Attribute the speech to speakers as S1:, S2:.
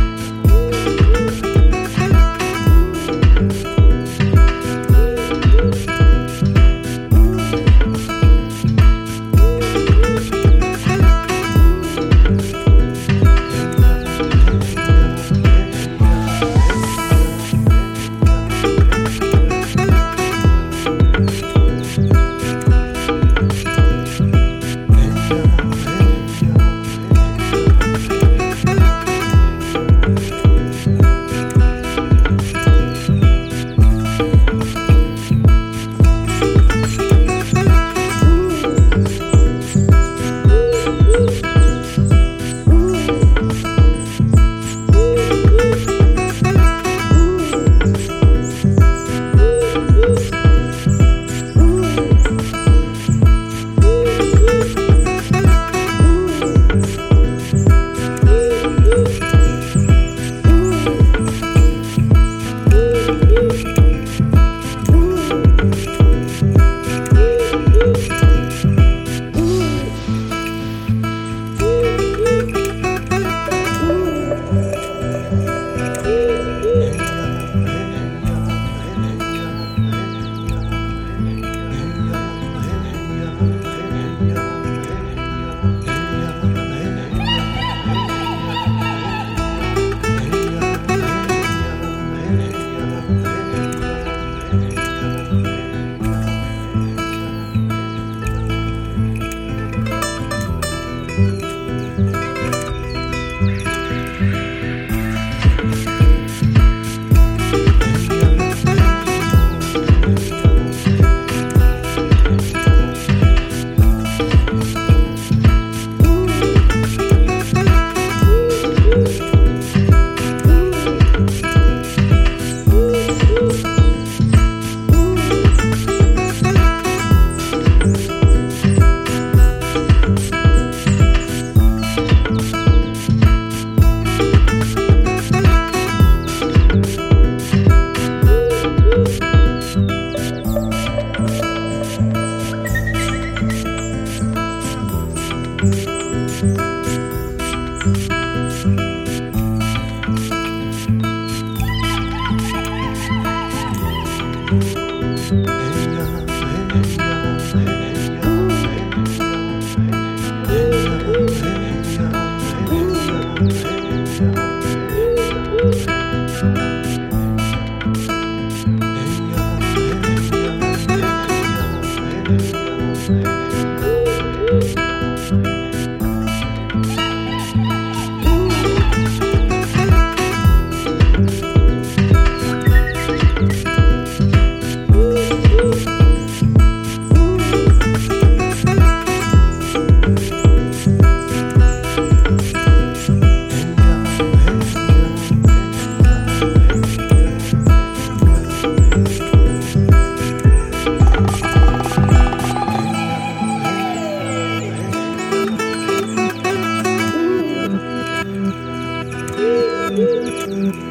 S1: Thank Thank you.